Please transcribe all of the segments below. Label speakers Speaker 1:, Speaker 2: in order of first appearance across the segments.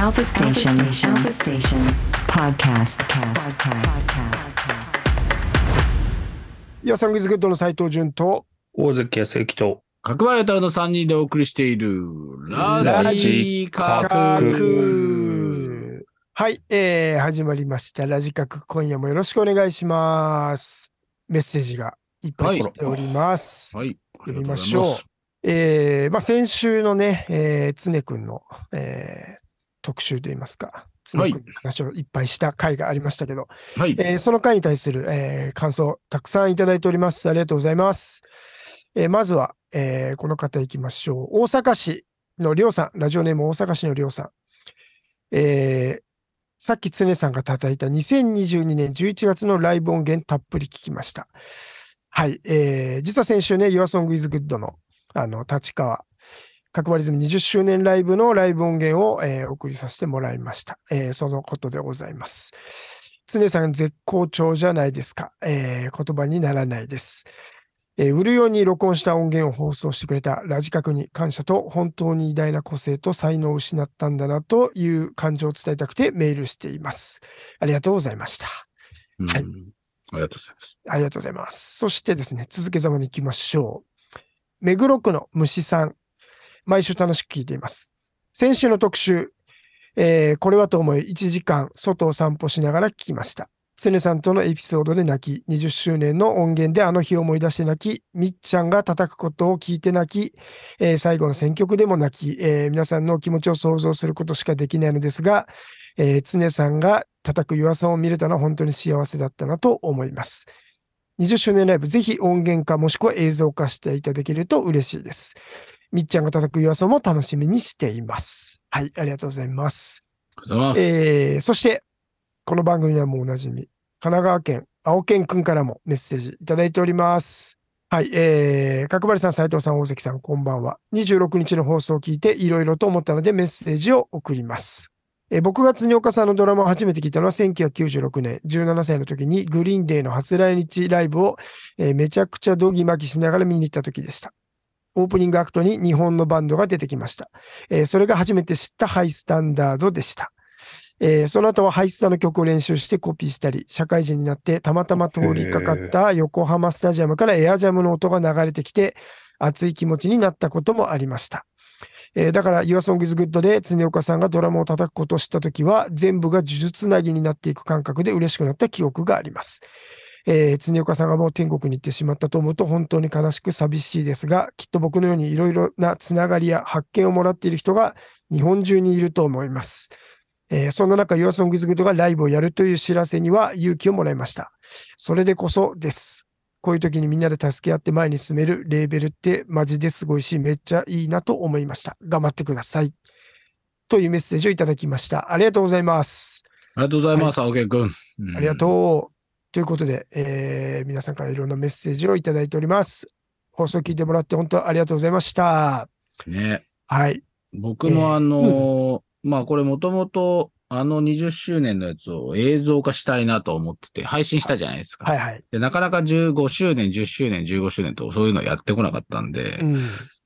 Speaker 1: Alpha Station. Alpha Station. Podcast. Podcast. Podcast.
Speaker 2: いや、サングイズグッドの斉藤淳と、
Speaker 3: 大関康之と、
Speaker 4: 角張れたの3人でお送りしている、ラ
Speaker 2: ラ
Speaker 4: ジ
Speaker 3: ジ
Speaker 4: カ
Speaker 3: カ
Speaker 4: ク。
Speaker 2: クはい、えー、始まりました。ラジカク、今夜もよろしくお願いします。メッセージがいっぱい来ております。
Speaker 4: はい。
Speaker 2: 読みましょう。えーまあ、先週のね、えー、常くんの、えー特集といいますか、常
Speaker 4: はい
Speaker 2: くんの話をいっぱいした回がありましたけど、
Speaker 4: う。はい。
Speaker 2: えーその回に対する、えー感想、たくさんいただいております。ありがとうございます。えーまずは、えーこの方いきましょう。大阪市のりょうさん、ラジオネーム大阪市のりょうさん。えーさっき常さんが叩いた2022年11月のライブ音源たっぷり聞きました。はい。えー実は先週ね、YourSongIsGood のあの立川角張りズム20周年ライブのライブ音源を、えーお送りさせてもらいました、えーそのことでございます。常さん絶好調じゃないですか。えー言葉にならないです。えー売るように録音した音源を放送してくれたラジカクに感謝と本当に偉大な個性と才能を失ったんだなという感情を伝えたくてメールしています。ありがとうございました。
Speaker 4: うん
Speaker 2: はい
Speaker 4: ありがとうございます。
Speaker 2: ありがとうございます。そしてですね、続けざまに行きましょう。目黒区の虫さん。毎週楽しく聞いています。先週の特集、えーこれはと思い1時間外を散歩しながら聞きました。常さんとのエピソードで泣き、20周年の音源であの日を思い出して泣き、みっちゃんが叩くことを聞いて泣き、えー最後の選曲でも泣き、えー皆さんのお気持ちを想像することしかできないのですが、えー常さんが叩く岩さんを見れたのは本当に幸せだったなと思います。20周年ライブ、ぜひ音源化もしくは映像化していただけると嬉しいです。みっちゃんが叩く岩さんも楽しみにしています。はい、ありがとうございます。
Speaker 4: ありがとうございます。
Speaker 2: えーそして、この番組ではもうおなじみ、神奈川県、青健くんからもメッセージいただいております。はい、えー、角張さん、斉藤さん、大関さん、こんばんは。26日の放送を聞いて、いろいろと思ったのでメッセージを送ります。えー僕が常岡さんのドラマを初めて聞いたのは1996年、17歳の時にグリーンデーの初来日ライブを、えーめちゃくちゃドギマギしながら見に行った時でした。オープニングアクトに日本のバンドが出てきました。えーそれが初めて知ったハイスタンダードでした。えーその後はハイスタの曲を練習してコピーしたり、社会人になってたまたま通りかかった横浜スタジアムからエアジャムの音が流れてきて、熱い気持ちになったこともありました。えーだから、YourSongIsGood で常岡さんがドラムを叩くことを知ったときは、全部が呪術つなぎになっていく感覚で嬉しくなった記憶があります。えー常岡さんがもう天国に行ってしまったと思うと本当に悲しく寂しいですが、きっと僕のようにいろいろなつながりや発見をもらっている人が日本中にいると思います。えーそんな中、YourSongIsGood がライブをやるという知らせには勇気をもらいました。それでこそです。こういう時にみんなで助け合って前に進めるレーベルってマジですごいし、めっちゃいいなと思いました。頑張ってください。というメッセージをいただきました。ありがとうございます。
Speaker 4: ありがとうございます、青木くん。
Speaker 2: ありが
Speaker 4: うん。
Speaker 2: とう。ということで、えー皆さんからいろんなメッセージをいただいております。放送聞いてもらって本当ありがとうございました。
Speaker 4: ね。
Speaker 2: はい。
Speaker 4: 僕もあのー、まあこれもともと、あの20周年のやつを映像化したいなと思ってて、配信したじゃないです
Speaker 2: は
Speaker 4: か。
Speaker 2: いはい。
Speaker 4: で、なかなか15周年、10周年、15周年とそういうのやってこなかったんで
Speaker 2: う、ん。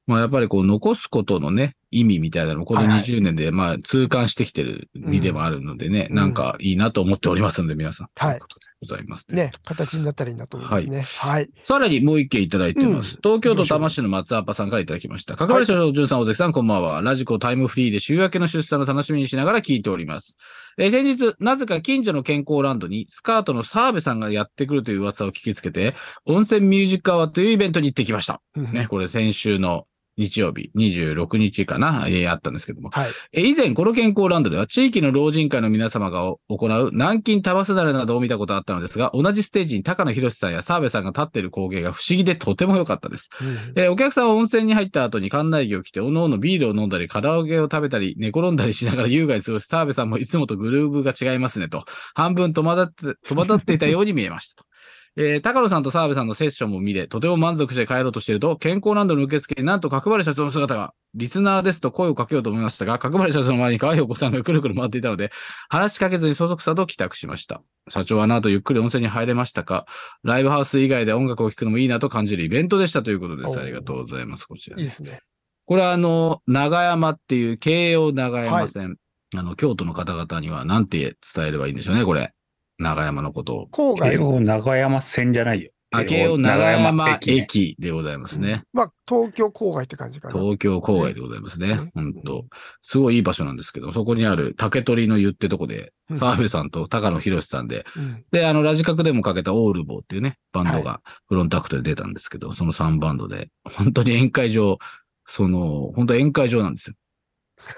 Speaker 4: まあやっぱりこう残すことのね、意味みたいなのもこの
Speaker 2: はいはい
Speaker 4: 20年でまあ痛感してきてる身でもあるのでね、
Speaker 2: うん
Speaker 4: なんかいいなと思っておりますので皆さん。
Speaker 2: はい
Speaker 4: とうことでございます、
Speaker 2: ね、形になったらいいなと思いますね。はい。
Speaker 4: さらにもう一件いただいてます。
Speaker 2: うん
Speaker 4: 東京都多摩市の松アパさんからいただきました。かかわり所長、淳さん、大関さん、こんばんは。ラジコタイムフリーで週明けの出産を楽しみにしながら聞いております。えー先日、なぜか近所の健康ランドにスカートの澤部さんがやってくるという噂を聞きつけて、温泉ミュージックアワーというイベントに行ってきました。
Speaker 2: うん
Speaker 4: ね、これ先週の日曜日、26日かな、えーあったんですけども。
Speaker 2: はい。
Speaker 4: え以前、この健康ランドでは、地域の老人会の皆様がお行う南京タバスダレなどを見たことあったのですが、同じステージに高野博さんや澤部さんが立っている光景が不思議でとても良かったです。
Speaker 2: うん
Speaker 4: えーお客さんは温泉に入った後に館内着を着て、おのおのビールを飲んだり、カラオケを食べたり、寝転んだりしながら優雅に過ごし、澤部さんもいつもとグルーブが違いますねと、半分戸惑って、戸惑っていたように見えましたと。 えー高野さんと澤部さんのセッションも見れ、とても満足して帰ろうとしていると、健康ランドの受付になんと角張り社長の姿が、リスナーですと声をかけようと思いましたが、角張り社長の前に可愛いお子さんがくるくる回っていたので、話しかけずにそそくさと帰宅しました。社長はあの後ゆっくり温泉に入れましたかライブハウス以外で音楽を聴くのもいいなと感じるイベントでしたということで
Speaker 2: お
Speaker 4: す。
Speaker 2: ー
Speaker 4: ありがとうございます。こちら
Speaker 2: いい。ですね。
Speaker 4: これはあの、長山っていう、京葉長山線あの、京都の方々には何て伝えればいいんでしょうね、これ。長山のことを。
Speaker 2: 郊外
Speaker 3: 慶
Speaker 2: の、
Speaker 3: 応長山線じゃないよ。
Speaker 4: あけお長山駅でございますね。
Speaker 2: まあ、東京郊外って感じかな。
Speaker 4: 東京郊外でございますね
Speaker 2: ね。
Speaker 4: 本当すごいいい場所なんですけど、そこにある竹取の湯ってとこで
Speaker 2: う、ん
Speaker 4: 澤部さんと高野博さんで、
Speaker 2: うん
Speaker 4: で、あの、ラジカクでもかけたオールボーっていうね、バンドがフロントアクトで出たんですけど、その3バンドで、本当に宴会場、その、本当宴会場なんですよ。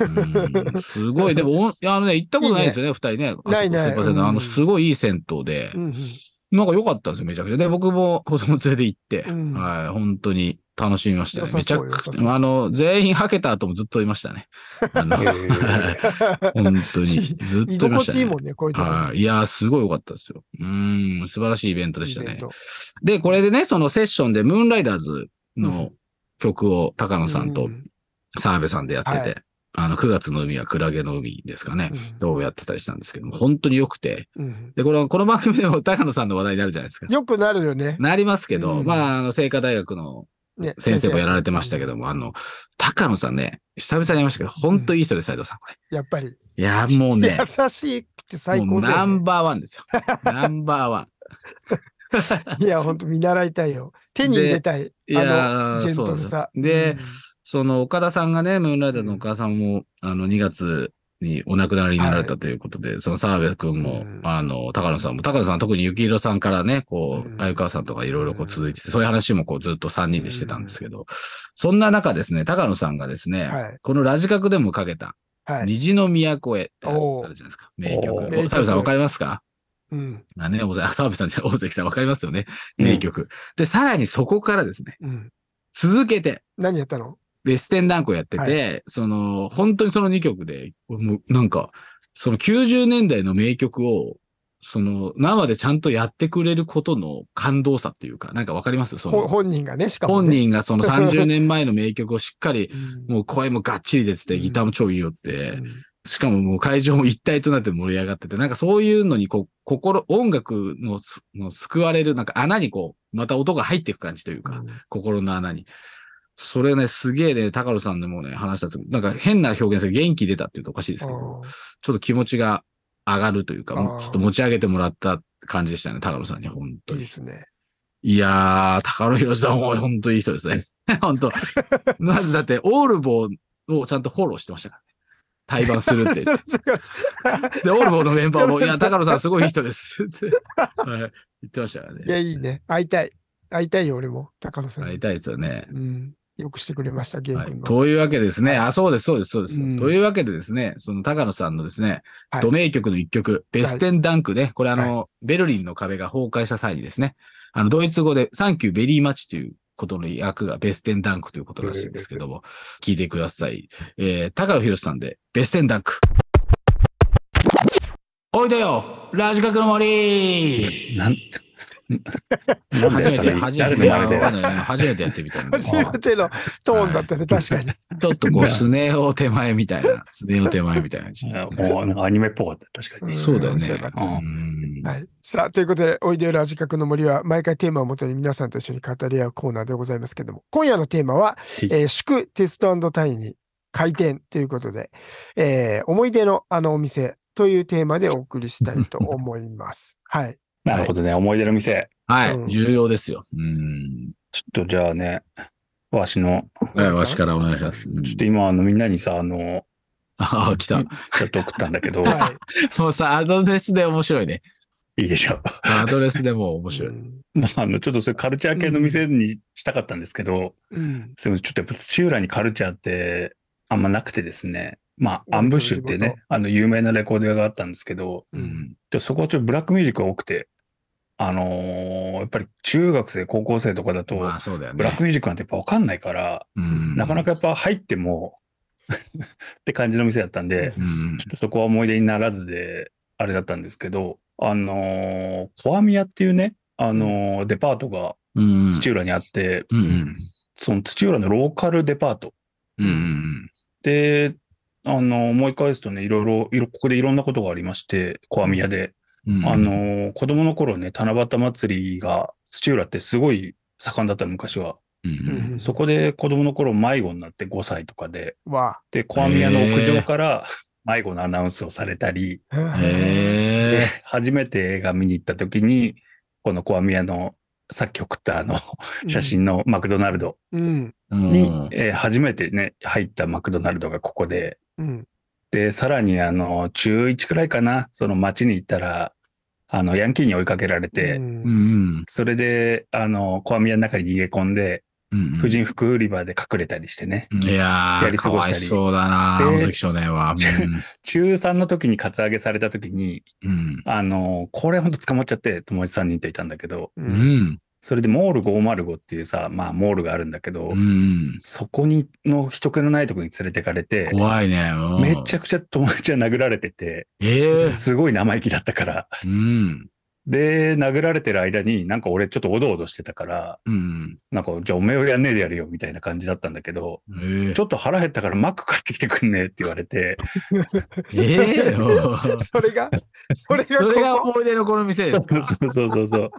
Speaker 4: うんすごい、でも、お いやあのね、行ったことないんですよね、二人ね。
Speaker 2: ないない
Speaker 4: あそこス
Speaker 2: う
Speaker 4: ーパー銭湯
Speaker 2: ん
Speaker 4: あの、すごいいい銭湯で、
Speaker 2: うんうん
Speaker 4: なんか良かったんですよ、めちゃくちゃ。で、僕も子供連れて行って、
Speaker 2: うん
Speaker 4: はい、本当に楽しみましたよ、ね。
Speaker 2: 良
Speaker 4: めち
Speaker 2: さ
Speaker 4: ゃ
Speaker 2: そう
Speaker 4: く
Speaker 2: 良さ
Speaker 4: ち
Speaker 2: そう
Speaker 4: ゃ、あの、全員はけた後もずっといましたね。あの
Speaker 3: へー
Speaker 4: 本当に、ず っ
Speaker 2: 居
Speaker 4: とい
Speaker 2: 心
Speaker 4: ました
Speaker 2: 地いい
Speaker 4: ね。
Speaker 2: もんね、こういうとこ
Speaker 4: はい。いやー、すごい良かったですよ。うーん、素晴らしいイベントでした
Speaker 2: イベ
Speaker 4: ね
Speaker 2: ン。ト
Speaker 4: で、これでね、そのセッションで、ムーンライダーズ
Speaker 2: う
Speaker 4: の曲を高野さん
Speaker 2: う
Speaker 4: と
Speaker 2: ん
Speaker 4: 澤部さんでやってて、
Speaker 2: はい
Speaker 4: あの、9月の海はクラゲの海ですかね。どうやってたりしたんですけども、本当に良くて。
Speaker 2: うんうん
Speaker 4: で、この、この番組でも高野さんの話題になるじゃないですか。
Speaker 2: よくなるよね。
Speaker 4: なりますけど、
Speaker 2: うん
Speaker 4: まあ、あの、聖火大学の
Speaker 2: ね
Speaker 4: 先生もやられてましたけども、あの、高野さんね、久々に会いましたけど、本当いい人です、斉藤さん、これ。
Speaker 2: やっぱり。
Speaker 4: いや、もうね、
Speaker 2: 優しくて最
Speaker 4: も
Speaker 2: 高
Speaker 4: う
Speaker 2: だ
Speaker 4: ナ
Speaker 2: よ、ね
Speaker 4: ン。バーワンですよ。ナンバーワン。
Speaker 2: いや、本当見習いたいよ。手に入れたい。
Speaker 4: い
Speaker 2: あ
Speaker 4: や
Speaker 2: の、
Speaker 4: ー
Speaker 2: ジェントルさ。
Speaker 4: そうですその、岡田さんがね、ムーンライダーのお母さんも、あの、2月にお亡くなりになられたということで、その澤部君も、
Speaker 2: うん
Speaker 4: あの、高野さんも、高野さんは特に幸宏さんからね、こう、
Speaker 2: うん
Speaker 4: 鮎川さんとかいろいろ
Speaker 2: う
Speaker 4: こうん続いてて、そういう話もこうずっと3人でしてたんですけど、そんな中ですね、高野さんがですね、
Speaker 2: うんはい。
Speaker 4: このラジカクでもかけた、
Speaker 2: はい。
Speaker 4: 虹の都へってある
Speaker 2: おー
Speaker 4: あるじゃないですか。名曲。
Speaker 3: おー
Speaker 4: お
Speaker 2: 名曲
Speaker 4: 澤部さんわかりますか
Speaker 2: うん。
Speaker 4: あね、おざ澤部さんじゃない大関さんわかりますよね。
Speaker 3: うん
Speaker 4: 名曲。で、さらにそこからですね、
Speaker 2: うん。
Speaker 4: 続けて、
Speaker 2: 何やったの
Speaker 4: で、ステンダンクをやってて、その、本当にその2曲で、もうなんか、その90年代の名曲を、その、生でちゃんとやってくれることの感動さっていうか、なんかわかりますそ
Speaker 2: ほ
Speaker 4: の、
Speaker 2: 本人がね、しかも
Speaker 4: 本
Speaker 2: ね、
Speaker 4: 人が その30年前の名曲をしっかり、
Speaker 2: うん
Speaker 4: もう声もがっちり出て
Speaker 2: う
Speaker 4: て、
Speaker 2: ん
Speaker 4: ギターも超いいよって
Speaker 2: う、ん
Speaker 4: しかももう会場も一体となって盛り上がってて、なんかそういうのにこう、心、音楽のすの救われる、なんか穴にこう、また音が入っていく感じというか、心の穴に。それね、すげえね、高野さんでもね、話したんですけど、なんか変な表現ですけど、元気出たっていうとおかしいですけど、ちょっと気持ちが上がるというか、
Speaker 2: あー
Speaker 4: ちょっと持ち上げてもらった感じでしたね、高野さんに、本
Speaker 2: う
Speaker 4: 当
Speaker 2: んいい
Speaker 4: に
Speaker 2: で。すね。
Speaker 4: いやー、高野博さん、も本当いい人ですね。 本当まずだって、オールボーをちゃんとフォローしてましたからね。対バンするっ て。
Speaker 2: そうそう
Speaker 4: で、オールボーのメンバーも、
Speaker 2: そ
Speaker 4: い
Speaker 2: れ
Speaker 4: や、高野さんすごいいい人ですって、 はい言ってましたから
Speaker 2: いや、
Speaker 4: ね。
Speaker 2: いいね。会いたい。会いたいよ、俺も。高野さん
Speaker 4: 会い
Speaker 2: に。
Speaker 4: たいですよね。
Speaker 2: うん。よくしてくれました、玄
Speaker 4: はい
Speaker 2: 君、の。
Speaker 4: というわけでですね、あ、そうです、そうです、そうです。
Speaker 2: うん
Speaker 4: というわけでですね、その高野さんのですね、
Speaker 2: はい
Speaker 4: ド名曲の一曲、ベステンダンクね、これあの、ベルリンの壁が崩壊した際にですね、あの、ドイツ語で、サンキューベリーマッチということの訳がベステンダンクということらしいんですけども、聞いてください。えー、高野博さんで、ベステンダンク。おいでよラジカクの森
Speaker 3: なんなんで
Speaker 4: 初
Speaker 3: そ
Speaker 4: めて、
Speaker 3: れ
Speaker 4: 初め
Speaker 3: 誰
Speaker 4: て、
Speaker 3: の
Speaker 4: いや
Speaker 3: 前で
Speaker 4: わかんない 初めてやってみたいな。
Speaker 2: 初めてのトーンだったね、確かに。
Speaker 4: ちょっとこう、スネ夫手前みたいな、スネ夫手前みたいな感じ。
Speaker 3: もうなんかアニメっぽかった、確かに。
Speaker 4: そうだよ
Speaker 2: 面白
Speaker 4: ね
Speaker 2: かっ。
Speaker 4: う
Speaker 2: た
Speaker 4: ん
Speaker 2: はい。さあ、ということで、おいでよラジカクの森は、毎回テーマをもとに皆さんと一緒に語り合うコーナーでございますけども、今夜のテーマは、
Speaker 3: い
Speaker 2: えー祝テストタイに開店ということで、えー思い出のあのお店というテーマでお送りしたいと思います。はい。
Speaker 3: なるほどね、思い出の店。
Speaker 4: は
Speaker 2: うん
Speaker 4: い、重要ですよ。うん。
Speaker 3: ちょっとじゃあね、わしの、
Speaker 4: はいわしからお願いします。うん
Speaker 3: ちょっと今、あの、みんなにさ、あの、
Speaker 4: ああ、来た。
Speaker 3: ちょっと送ったんだけど、
Speaker 2: はい。
Speaker 4: もうさ、アドレスで面白いね。
Speaker 3: いいでしょう。
Speaker 4: アドレスでもう面白い。
Speaker 3: まあ、あの、ちょっとそれカルチャー系の店にしたかったんですけど、
Speaker 2: うん。
Speaker 3: すみません、ちょっとやっぱ土浦にカルチャーってあんまなくてですね、まあ、
Speaker 2: 大関
Speaker 3: ア
Speaker 2: の
Speaker 3: ンブッシュっていう
Speaker 2: 地
Speaker 3: ね
Speaker 2: 元、
Speaker 3: あの、有名なレコード屋があったんですけど、
Speaker 2: うん。うん。
Speaker 3: でそこはちょっとブラックミュージックが多くて、あのーやっぱり中学生、高校生とかだと、
Speaker 4: まあ、そうだよね。
Speaker 3: ブラックミュージックなんてやっぱわかんないから、
Speaker 4: うん
Speaker 3: なかなかやっぱ入っても って感じの店だったんで、
Speaker 4: うん
Speaker 3: ちょっとそこは思い出にならずで、あれだったんですけど、あのー、コアミヤっていうね、あのーデパートが
Speaker 4: うん。
Speaker 3: 土浦にあって、
Speaker 4: うんうん。
Speaker 3: その土浦のローカルデパート
Speaker 4: うんうん
Speaker 3: で、あの、思い返すとね、いろいろ、いろ、ここでいろんなことがありまして、小網屋で。
Speaker 4: うん。うん
Speaker 3: あ、の、子供の頃ね、七夕祭りが、土浦ってすごい盛んだったの、昔は。
Speaker 4: うんうん
Speaker 2: うん
Speaker 3: そこで子供の頃迷子になって5歳とかで、
Speaker 2: わあ。
Speaker 3: で、小網屋の屋上から、迷子のアナウンスをされたり、で
Speaker 4: へえ。
Speaker 3: 初めて映画見に行った時に、このコアミヤのさっき送ったあの写真のマクドナルド
Speaker 2: うん。
Speaker 4: うん
Speaker 3: に、えー初めてね、入ったマクドナルドがここで、
Speaker 2: うん。
Speaker 3: で、さらにあの、中1くらいかな、その街に行ったら、あの、ヤンキーに追いかけられて、
Speaker 2: うん
Speaker 4: うん
Speaker 3: それで、あの、コアミヤの中に逃げ込んで、
Speaker 4: うん。
Speaker 3: 婦人服売り場で隠れたりしてね、
Speaker 4: いや
Speaker 3: や
Speaker 4: ー、
Speaker 3: り過
Speaker 4: か
Speaker 3: ご
Speaker 4: わ
Speaker 3: し
Speaker 4: い
Speaker 3: たり
Speaker 4: そうだな、
Speaker 3: で
Speaker 4: 大関少年は。
Speaker 3: 中3の時にカツアゲされた時に、
Speaker 4: うん。
Speaker 3: あの、これほんと捕まっちゃって、友達3人といたんだけど、
Speaker 2: う
Speaker 4: うんん。
Speaker 3: それでモール505っていうさ、まあモールがあるんだけど、
Speaker 4: うん。
Speaker 3: そこに、の人気のないとこに連れてかれて、
Speaker 4: 怖いね。
Speaker 3: めち
Speaker 4: ゃ。
Speaker 3: ゃくちゃ友達は殴られてて、
Speaker 4: ええ。
Speaker 3: すごい生意気だったから。
Speaker 4: うん。
Speaker 3: で、殴られてる間に、なんか俺ちょっとおどおどしてたから、
Speaker 4: うん。
Speaker 3: なんか、じゃあおめえをやんねえでやるよ、みたいな感じだったんだけど、
Speaker 4: ええ
Speaker 3: ちょっと腹減ったからマック買ってきてくんねえって言われて、
Speaker 4: え えおー
Speaker 2: それが、それが
Speaker 4: それが
Speaker 2: ここ。
Speaker 4: 思い出のこの店で
Speaker 3: そ
Speaker 4: すか
Speaker 3: うそうそうそう。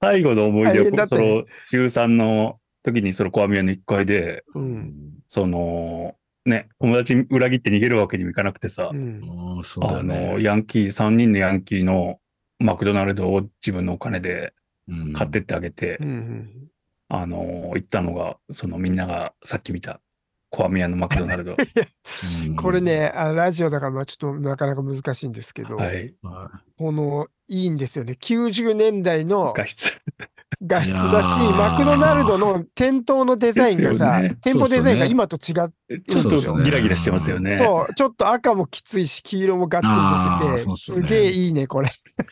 Speaker 3: 最後の思い
Speaker 2: 大
Speaker 3: 出
Speaker 2: 変だ
Speaker 3: を、
Speaker 2: った
Speaker 3: そ
Speaker 2: ね
Speaker 3: の、中3の時に、そのコアミヤの1階で、
Speaker 2: うん。
Speaker 3: その、ね、友達に裏切って逃げるわけにもいかなくてさ
Speaker 2: う、ん。
Speaker 4: おーそうだ
Speaker 3: あ
Speaker 4: よ
Speaker 3: の、
Speaker 4: ね。
Speaker 3: ヤンキー、3人のヤンキーのマクドナルドを自分のお金で
Speaker 4: うん
Speaker 3: 買ってってあげて
Speaker 2: う、ん。
Speaker 3: あの、行ったのが、そのみんながさっき見た、コアミヤのマクドナル ド。
Speaker 4: うん
Speaker 2: これ。ね、あラジオだからまあちょっとなかなか難しいんですけど、
Speaker 3: はい。
Speaker 4: は
Speaker 2: この、いいんですよね。90年代の
Speaker 3: 画質。
Speaker 2: 画質だし
Speaker 4: いや、ー
Speaker 2: マクドナルドの店頭のデザインがさ、
Speaker 3: ですよね
Speaker 2: 店舗デザインが今と違っ
Speaker 3: ちょっ
Speaker 4: そうですよ
Speaker 3: と
Speaker 4: ね
Speaker 3: ギラギラしてますよね。
Speaker 2: そう、ちょっと赤もきついし、黄色もがっつり出て
Speaker 4: あー
Speaker 2: て、
Speaker 4: そうっす
Speaker 2: す
Speaker 4: ね
Speaker 2: げえいいね、これ。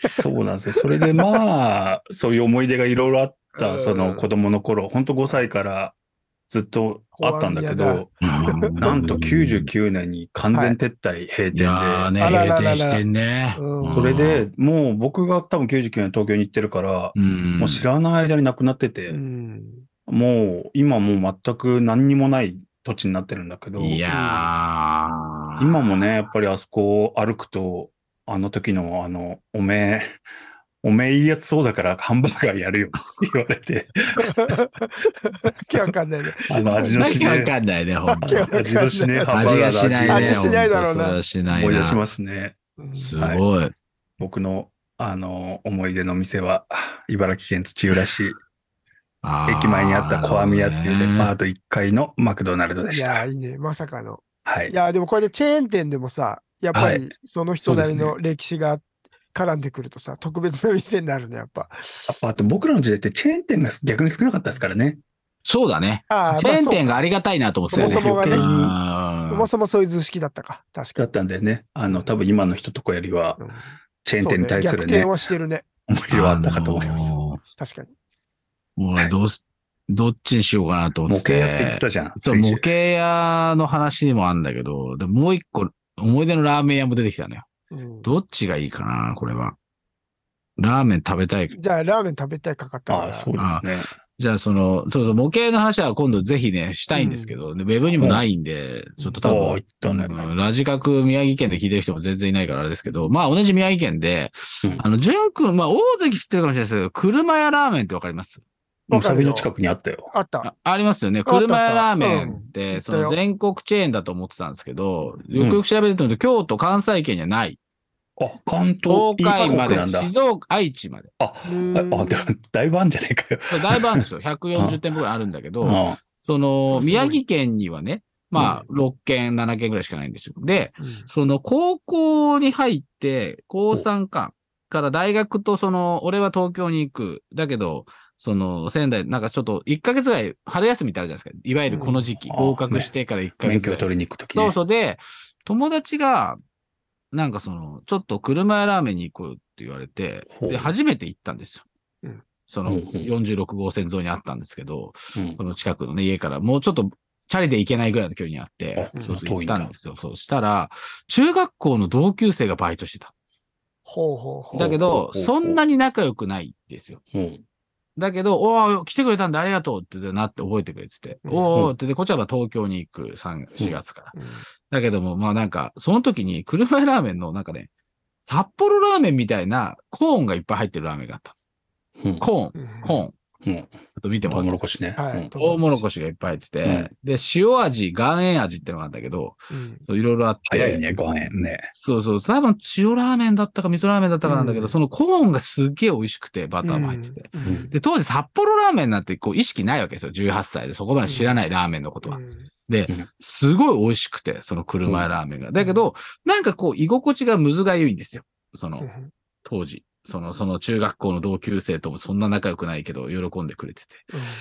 Speaker 3: そうなんですよ。それでまあ、そういう思い出がいろいろあっ
Speaker 2: う
Speaker 3: た、
Speaker 2: ん
Speaker 3: その子供の頃、本当5歳からずっとあったんだけ
Speaker 2: 怖いや
Speaker 3: ど、
Speaker 4: うん
Speaker 3: なんと99年に完全撤退、閉
Speaker 4: いやー
Speaker 3: 店で。
Speaker 4: ね、
Speaker 2: あらららら
Speaker 4: 閉店してんね。
Speaker 2: うん
Speaker 3: それで、もう僕が多分99年東京に行ってるから、
Speaker 4: うん、
Speaker 3: もう知らない間になくなってて
Speaker 2: う、ん。
Speaker 3: もう今もう全く何にもない土地になってるんだけど、
Speaker 4: いやー
Speaker 3: 今もね、やっぱりあそこを歩くと、あの時のあの、おめえ、 おめえいいやつそうだからハンバーガーやるよ って言われて、
Speaker 2: わけわかんないね。
Speaker 3: あの味の
Speaker 4: わ
Speaker 3: し
Speaker 4: けわ
Speaker 3: ね、
Speaker 4: かんないね、ほんと。
Speaker 3: 味のしね、ハンバ
Speaker 4: 味
Speaker 3: ーガ
Speaker 4: がし
Speaker 3: ーの
Speaker 4: な
Speaker 3: 味
Speaker 4: いね。
Speaker 2: 味しないだろうな
Speaker 4: ほんとそれはしないな
Speaker 3: 思い出しますね。
Speaker 2: うん
Speaker 4: すごい。
Speaker 3: 僕の、あの、思い出の店は、茨城県土浦市、
Speaker 4: あー
Speaker 3: 駅前にあったコアミヤっていうデ
Speaker 4: な
Speaker 3: パー
Speaker 4: る
Speaker 3: ト1階のマクドナルドで
Speaker 2: い
Speaker 3: し
Speaker 2: や
Speaker 3: た。
Speaker 2: ー、いいね。まさかの。
Speaker 3: はいい。
Speaker 2: やー、でもこれでチェーン店でもさ、やっぱ
Speaker 3: は
Speaker 2: りその人
Speaker 3: そうで
Speaker 2: な
Speaker 3: す
Speaker 2: り
Speaker 3: ね
Speaker 2: の歴史が絡んでくるとさ、特別な店になるね、やっぱ。
Speaker 3: あと僕らの時代ってチェーン店が逆に少なかったですからね。
Speaker 4: そうだね。
Speaker 2: あー
Speaker 4: チェーン店
Speaker 2: まあ
Speaker 4: がありがたいなと思ってた
Speaker 2: そう
Speaker 4: よね。
Speaker 2: そもそもがね、
Speaker 3: 余
Speaker 2: そ
Speaker 3: 計に
Speaker 4: あ
Speaker 2: もそもそういう図式だったか、確
Speaker 3: だ
Speaker 2: か
Speaker 3: っ。たんだよね。あの、多分今の人とかよりは、
Speaker 2: うん
Speaker 3: チェーン店に対す
Speaker 2: そう
Speaker 3: る
Speaker 2: ね逆
Speaker 3: ね
Speaker 2: 転、はしてるね。
Speaker 3: 思い入れはあったかと思います。
Speaker 4: も
Speaker 2: 確かに。
Speaker 4: う俺どうす、どっちにしようかなと思
Speaker 3: 模
Speaker 4: って
Speaker 3: 型
Speaker 4: て。
Speaker 3: やって言ってたじゃん。
Speaker 4: そう、模
Speaker 3: 先週
Speaker 4: 型屋の話にもあるんだけど、でもう一個、思い出のラーメン屋も出てきたのよ。
Speaker 2: うん
Speaker 4: どっちがいいかな、これは。ラーメン食べたい。
Speaker 2: じゃあ、ラーメン食べたいかかったか
Speaker 3: ああ、
Speaker 2: ら。
Speaker 3: そうですね。
Speaker 4: じゃあ、その、そうそう、模型の話は今度ぜひね、したいんですけど、でウェブにもないんで、ちょっと多
Speaker 3: おー、、
Speaker 4: 分
Speaker 3: 言った
Speaker 4: う
Speaker 3: ね。
Speaker 4: んラジカク宮城県で聞いてる人も全然いないからあれですけど、まあ同じ宮城県で、
Speaker 3: うん
Speaker 4: あの、淳君、まあ大関知ってるかもしれないですけど、車屋ラーメンってわかります
Speaker 3: むさびの近くにあったよ。
Speaker 2: あった。
Speaker 4: あありますよね。
Speaker 2: あった
Speaker 4: 車屋ラーメンっ
Speaker 2: うん
Speaker 4: て、そ
Speaker 2: 行
Speaker 4: の
Speaker 2: ったよ
Speaker 4: 全国チェーンだと思ってたんですけど、よくよく調べてみると、京都、関西圏にはない。
Speaker 3: あ、関東
Speaker 4: 東海ま
Speaker 3: 国
Speaker 4: で
Speaker 3: なん、だ。
Speaker 4: 静岡、愛知まで。
Speaker 3: あ、
Speaker 2: う
Speaker 3: あ、でも
Speaker 2: ーん
Speaker 3: だいぶあんじゃねえかよ。
Speaker 4: これ大 番ですよ。140店舗ぐらいあるんだけど、
Speaker 3: うん
Speaker 4: そ
Speaker 2: そう
Speaker 4: の、
Speaker 2: すごい
Speaker 4: 宮城県にはね、まあ、6県、7県ぐらいしかないんですよ。で、その、高校に入って、高3か、から大学と、その、俺は東京に行く。だけど、その、仙台、なんかちょっと、1ヶ月ぐらい、春休みってあるじゃないですか。いわゆるこの時期、
Speaker 3: うん
Speaker 4: 合格してから1ヶ
Speaker 3: 免許
Speaker 4: 月ぐらい。
Speaker 3: 取りに行くとき
Speaker 4: そう
Speaker 3: ね。
Speaker 4: そうで、友達が、なんかその、ちょっと車屋ラーメンに行こうよって言われて、
Speaker 3: ほう
Speaker 4: で、初めて行ったんですよ。
Speaker 2: うん
Speaker 4: そ
Speaker 3: うん
Speaker 4: の、
Speaker 3: うん
Speaker 4: 46号線沿いにあったんですけど、
Speaker 3: うん
Speaker 4: この近くのね、家から、もうちょっと、チャリで行けないぐらいの距離にあって
Speaker 2: あ、
Speaker 4: そうそう、
Speaker 3: 遠
Speaker 4: 行
Speaker 3: いん
Speaker 4: っ
Speaker 3: だ
Speaker 4: たんですよ。そうしたら、中学校の同級生がバイトしてた。
Speaker 2: ほうほうほう。
Speaker 4: だけど、
Speaker 3: ほうほうほう
Speaker 4: そんなに仲良くないんですよ。
Speaker 3: うん
Speaker 4: だけど、おお、来てくれたんでありがとうってなって覚えてくれてて、
Speaker 2: うん
Speaker 4: おおってで、こっちはまあ東京に行く、3、4月から。
Speaker 2: うん
Speaker 4: だけども、まあなんか、その時に、車屋ラーメンの、なんかね、札幌ラーメンみたいなコーンがいっぱい入ってるラーメンがあった。
Speaker 3: うん
Speaker 4: コーン、
Speaker 2: うん
Speaker 4: コーン。
Speaker 3: うん。
Speaker 4: あと見て
Speaker 3: ト
Speaker 4: も
Speaker 3: ウ
Speaker 4: ら
Speaker 3: モ
Speaker 4: っ
Speaker 3: ロ
Speaker 4: て。
Speaker 3: コシね。
Speaker 2: はい
Speaker 3: うん
Speaker 2: ト
Speaker 4: トウモロコシがいっぱい入ってて、で、塩味、岩塩味ってのがあるんだけど、
Speaker 2: うん
Speaker 4: そういろいろあって。
Speaker 3: 早いね、ごめんね。
Speaker 4: そうそう。多分、塩ラーメンだったか、味噌ラーメンだったかなんだけ
Speaker 2: う
Speaker 4: ど、
Speaker 2: ん
Speaker 4: そのコーンがすっげえ美味しくて、バターも入ってて。
Speaker 2: うん
Speaker 3: うん
Speaker 4: で、当時札幌ラーメンなんてこう意識ないわけですよ。18歳で、そこまで知らないラーメンのことは。
Speaker 2: うん
Speaker 4: で
Speaker 3: うん、
Speaker 4: すごい美味しくて、その車屋ラーメンが。だけど、なんかこう、居心地がむずがゆいんですよ。その、
Speaker 2: うん
Speaker 4: 当時。その、その中学校の同級生ともそんな仲良くないけど、喜んでくれてて。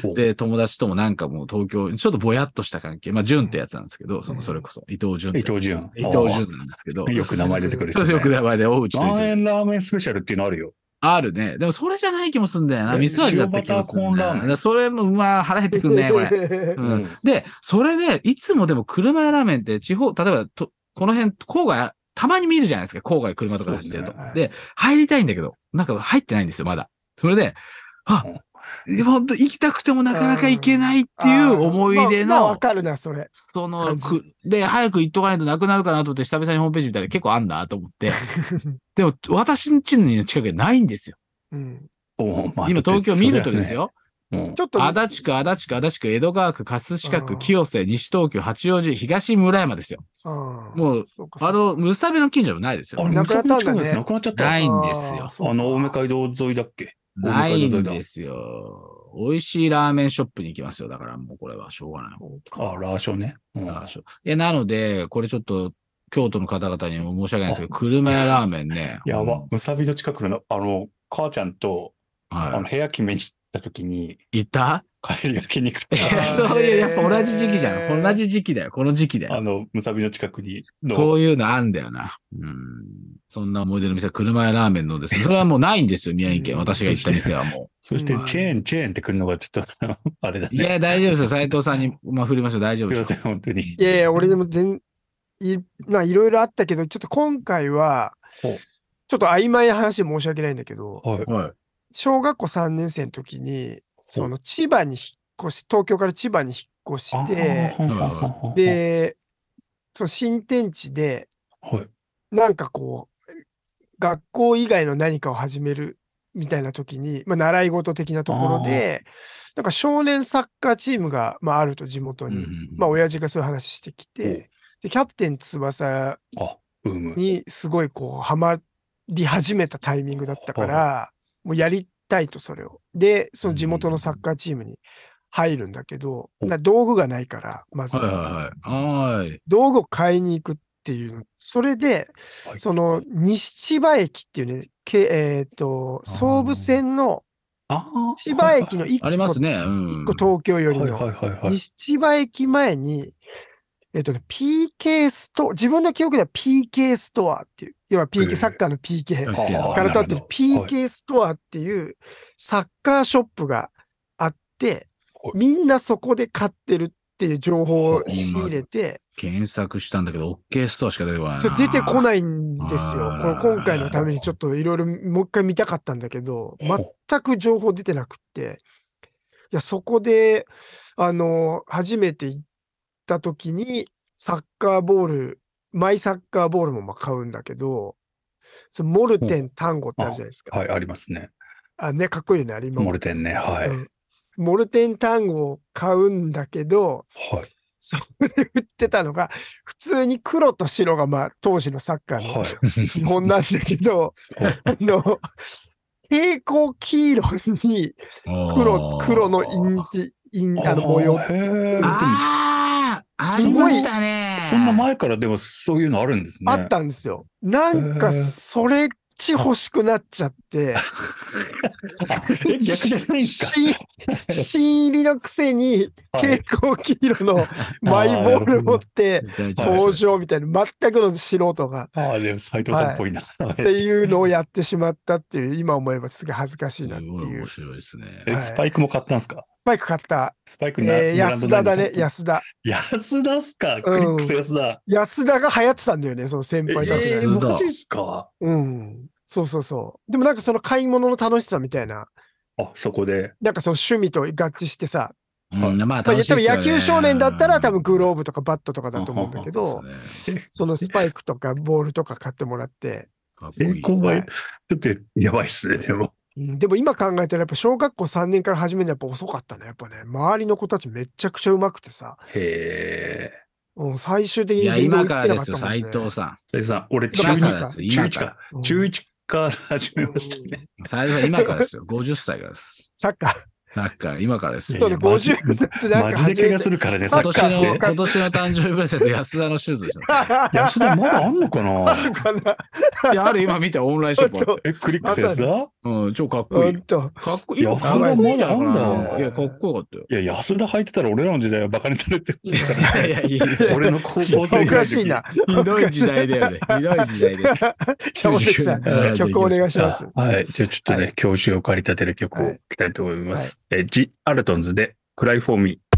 Speaker 3: お
Speaker 4: で、友達ともなんかもう東京、ちょっとぼやっとした関係。まあ、淳ってやつなんですけど、その、それこそ、伊藤淳って
Speaker 3: 伊
Speaker 4: やつ。
Speaker 3: 藤潤。
Speaker 4: 伊藤淳なんですけど
Speaker 3: ああ。よく名前出てくる
Speaker 4: そうですよく
Speaker 3: ね。
Speaker 4: 名前で、大内と伊藤
Speaker 3: 岩
Speaker 4: 淳
Speaker 3: 塩ラーメンスペシャルっていうのあるよ。
Speaker 4: あるね。でもそれじゃない気もすんだよな。
Speaker 3: え
Speaker 4: 味噌味だった気もすんだよ
Speaker 3: 塩バターコーン
Speaker 4: な
Speaker 3: ラーメン
Speaker 4: だからそれも、うわ、腹減ってくんね、これ。うん
Speaker 3: うん
Speaker 4: で、それで、いつもでも車屋ラーメンって地方、例えばと、この辺、郊外、たまに見るじゃないですか。郊外車とかで走ってると。
Speaker 3: そう
Speaker 2: ですね
Speaker 4: で入りたいんだけど、なんか入ってないんですよ、まだ。それで、あ、本当行きたくてもなかなか行けないっていう思い出
Speaker 2: まあまあ
Speaker 4: の
Speaker 2: わ、かるな、それ。
Speaker 4: その
Speaker 2: 感じ
Speaker 4: く、で、早く行っとかないとなくなるかなと思って、久々にホームページ見たら結構あんなと思って。 でも、私んちの近くにないんですよ。
Speaker 2: うん
Speaker 3: おうまあ
Speaker 4: 今、東京見るとです。よ。
Speaker 3: だってそれはね
Speaker 2: ちょっと、
Speaker 4: 足立区、足立区、足立区、江戸川区、葛飾
Speaker 2: う
Speaker 4: 区、
Speaker 2: ん
Speaker 4: 清瀬、西東京、八王子、東村山ですよ。
Speaker 2: も
Speaker 4: もう、あの、ムサベの近所もないです
Speaker 3: うん
Speaker 4: よ。
Speaker 3: あれ、
Speaker 2: な
Speaker 3: な
Speaker 2: く
Speaker 3: く
Speaker 2: な
Speaker 3: な
Speaker 2: っ
Speaker 3: ったた
Speaker 2: んだね
Speaker 3: なくなっちゃった。
Speaker 4: な
Speaker 3: あ
Speaker 4: いんですよ
Speaker 2: そうか
Speaker 3: の、青梅街道沿いだっけ
Speaker 4: ないんですよ。美味しいラーメンショップに行きますよ。だからもうこれはしょうがない。
Speaker 3: あ、ラーションね。うん。
Speaker 4: ラーションいや、なので、これちょっと、京都の方々にも申し訳ないんですけど、車屋ラーメンね
Speaker 3: やば。むさびの近くの、あの、母ちゃんと、
Speaker 4: うん。
Speaker 3: あの、
Speaker 4: は
Speaker 3: 部屋決めに行った時に、
Speaker 4: い。いた
Speaker 3: 帰りがけに行く
Speaker 4: い
Speaker 3: と、
Speaker 4: や
Speaker 2: あー
Speaker 4: そういう、やっぱ同じ時期じ
Speaker 2: へ
Speaker 4: ゃ
Speaker 2: ー
Speaker 4: ん。同じ時期だよ。この時期だ
Speaker 3: あ
Speaker 4: よ。
Speaker 3: の、むさびの近くに、
Speaker 4: そ
Speaker 3: の、
Speaker 4: ういうのあんだよな。うん。そんな思い出の店、車屋ラーメンのです。それはもうないんですよ、宮城県。私が行った店はもう。
Speaker 3: そして
Speaker 2: うん
Speaker 3: チェーン、チェーンって来るのがちょっと、 あのあれだ
Speaker 4: い
Speaker 3: ね。
Speaker 4: や、大丈夫です よ。斉藤さんに、まあ、振りましょう。大丈
Speaker 3: す
Speaker 4: 夫
Speaker 3: みます
Speaker 4: で
Speaker 3: せん、
Speaker 4: よ。
Speaker 3: 本当に
Speaker 2: い。やいや、俺でも全、い、まあいろいろあったけど、ちょっと今回は
Speaker 3: ほう、
Speaker 2: ちょっと曖昧な話で申し訳ないんだけど、
Speaker 3: はい。
Speaker 4: はい。
Speaker 2: 小学校3年生の時に、
Speaker 3: ほ
Speaker 2: そうの千葉に引っ越し、東京から千葉に引っ越して、
Speaker 3: あー、
Speaker 2: で、その新天地で、
Speaker 3: はい。
Speaker 2: なんかこう、学校以外の何かを始めるみたいな時に、まあ、習い事的なところで、なんか少年サッカーチームが、まあ、あると地元
Speaker 4: うんう
Speaker 2: に、
Speaker 4: ん
Speaker 2: まあ、親父がそういう話してきて、で、キャプテン翼
Speaker 3: あ、ブーム。
Speaker 2: にすごいこう、ハマり始めたタイミングだったから、もうやりたいと、それを。で、その地元のサッカーチームに入るんだけど、
Speaker 3: うん
Speaker 2: な道具がないから、まず
Speaker 4: はいはいはい。はーい。
Speaker 2: 道具を買いに行くっていうの。それで、
Speaker 3: はい
Speaker 2: その西千葉駅っていうね、けえっ、と、
Speaker 3: あー
Speaker 2: 総武線の
Speaker 3: あー
Speaker 2: 千葉駅の一個、
Speaker 4: あります
Speaker 2: 一
Speaker 4: ね。うん。
Speaker 2: 個東京より
Speaker 3: はい
Speaker 2: の、
Speaker 3: はいはいはい。
Speaker 2: 西千葉駅前に、えっ、とね、PK ストア、自分の記憶では PK ストアっていう、要は PK、
Speaker 3: へえ
Speaker 2: サッカーの PK
Speaker 4: は
Speaker 3: あー
Speaker 2: から立ってる
Speaker 3: なほどはい
Speaker 2: PK ストアっていうサッカーショップがあって
Speaker 3: はい、
Speaker 2: みんなそこで買ってるっていう情報を仕入れて、
Speaker 4: 検索したんだけど、OK ストアしか出てこない
Speaker 2: ちょ
Speaker 4: な。
Speaker 2: 出てこ
Speaker 4: い。
Speaker 2: ないんですよ。
Speaker 4: あ
Speaker 2: こ
Speaker 4: ー
Speaker 2: れ今回のためにちょっといろいろもう一回見たかったんだけど、
Speaker 3: ほ
Speaker 2: 全く情報出てなくって。いや、そこで、あの、初めて行った時に、サッカーボール、マイサッカーボールもまあ買うんだけど、そのモルテン単語ってあるじゃないですか。
Speaker 3: はい、ありますね。
Speaker 2: あ、ね、かっこいいよね、あれ今も
Speaker 3: モルテンね。はい。
Speaker 2: う
Speaker 3: はい。
Speaker 2: んモルテン単語を買うんだけど、 そこで売ってたのが、普通に黒と白が、まあ、当時のサッカーの
Speaker 3: はい。
Speaker 2: 基本なんだけ ど、
Speaker 3: は
Speaker 2: あの、蛍光黄色に黒、黒のインチ、イン、あの模様。
Speaker 3: へえ。でも
Speaker 4: ああーあ
Speaker 2: す
Speaker 4: り
Speaker 2: ごい
Speaker 4: ましたね。
Speaker 3: そんな前からでもそういうのあるんですね。
Speaker 2: あったんですよ。なん
Speaker 3: へ
Speaker 2: か、
Speaker 3: ー
Speaker 2: それっち欲しくなっちゃって、
Speaker 3: あ。え、逆じゃないんですか。
Speaker 2: し新入りのくせに、
Speaker 3: はい
Speaker 2: 蛍光黄色のマイボール持って、登場みたいな、全くの素人が。
Speaker 3: ああ、でも斎藤さんっぽいな。
Speaker 2: っていうのをやってしまったっていう、今思えばすげえ恥ずかしいなって
Speaker 4: すごい
Speaker 2: いう
Speaker 4: 面。白いですね。
Speaker 3: え、スパイクも買ったんですか
Speaker 2: バイク買った。
Speaker 3: スパイクな
Speaker 2: えー、
Speaker 3: ブランド
Speaker 2: 安田だ
Speaker 3: 何
Speaker 2: ね、安田。
Speaker 3: 安田っすかクリックス安田。
Speaker 2: 安田が流行ってたんだよね、その先
Speaker 3: え
Speaker 2: 輩たちが
Speaker 4: え
Speaker 2: ね。
Speaker 4: ー
Speaker 3: マジっすか
Speaker 2: うん。そうそうそう。でもなんかその買い物の楽しさみたいな、
Speaker 3: あ、そこで。
Speaker 2: なんかその趣味と合致してさ、
Speaker 4: うん、まあ、
Speaker 2: まあ、
Speaker 4: 楽しい
Speaker 2: 多
Speaker 4: っ
Speaker 2: 分
Speaker 4: すよね
Speaker 2: 野球少年だったら多分グローブとかバットとかだと思うんだけど、
Speaker 4: そうですね
Speaker 2: そのスパイクとかボールとか買ってもらって、
Speaker 4: かっこい
Speaker 3: え、
Speaker 4: い
Speaker 3: こ
Speaker 2: は
Speaker 3: が
Speaker 2: い
Speaker 3: ちょっとやばいっすね、でも。
Speaker 2: うんでも今考えたらやっぱ小学校3年から始めるのやっぱ遅かったね。やっぱね、周りの子たちめちゃくちゃうまくてさ、
Speaker 3: へえ。
Speaker 2: うん、最終的
Speaker 4: い
Speaker 2: に
Speaker 4: や、
Speaker 2: 全然追い
Speaker 4: 今
Speaker 2: つ
Speaker 4: か
Speaker 2: け
Speaker 4: ら
Speaker 2: な
Speaker 4: で
Speaker 2: かっ
Speaker 4: す
Speaker 2: た
Speaker 4: よ、
Speaker 2: もん
Speaker 4: 斉
Speaker 2: ね。
Speaker 4: 藤さん。
Speaker 3: それさん、俺中
Speaker 4: 今
Speaker 2: 12
Speaker 4: か
Speaker 3: 2
Speaker 4: らで
Speaker 3: か。中
Speaker 4: す、今
Speaker 3: 1
Speaker 4: から
Speaker 3: か。。中1から始めました
Speaker 2: う
Speaker 3: ね。
Speaker 2: ん
Speaker 4: 斉藤さん、今からですよ。50歳からです。
Speaker 2: サッカー、
Speaker 4: サッカー、今からです
Speaker 3: い
Speaker 4: よ
Speaker 2: そ
Speaker 3: やいう
Speaker 2: ね、
Speaker 3: やマジ
Speaker 2: 50ってなん
Speaker 3: マ
Speaker 2: か
Speaker 3: ジで
Speaker 2: 初め
Speaker 3: 怪
Speaker 2: て
Speaker 3: 我するからね、サ
Speaker 4: 今
Speaker 3: ッ
Speaker 4: 年
Speaker 3: カ
Speaker 4: の、
Speaker 3: ーって。
Speaker 4: 今年の誕生日プレゼント、安田のシューズでし
Speaker 3: 安田まだあんの
Speaker 2: あ
Speaker 3: か
Speaker 2: る
Speaker 3: な
Speaker 2: かな
Speaker 4: た。いや、ある今見て、オンラインショップあって。
Speaker 3: え、クリックセンス
Speaker 4: うん、超かっこ
Speaker 2: ほ
Speaker 4: いい
Speaker 2: ん。と。
Speaker 4: かっこいい。
Speaker 3: いや
Speaker 4: かっこいいじゃん
Speaker 3: そんなもんあん
Speaker 2: だ
Speaker 4: いや、かっこよかったよ。
Speaker 3: いや、安田履いてたら俺らの時代はバカにされてる。
Speaker 4: いやいや、ひ
Speaker 3: 俺の高校生
Speaker 2: お
Speaker 3: ぐらの時
Speaker 2: かしいな。。
Speaker 4: どい時代だよね。ひどい時代だよ。
Speaker 2: じゃあ、おせきさん
Speaker 4: 90、
Speaker 2: 曲お願いします。
Speaker 3: あはい。じゃあちょっとね、
Speaker 2: は
Speaker 3: 教習を駆り立てる曲を聴きたいと思います。え、ジ・アルトンズで、クライフォーミー。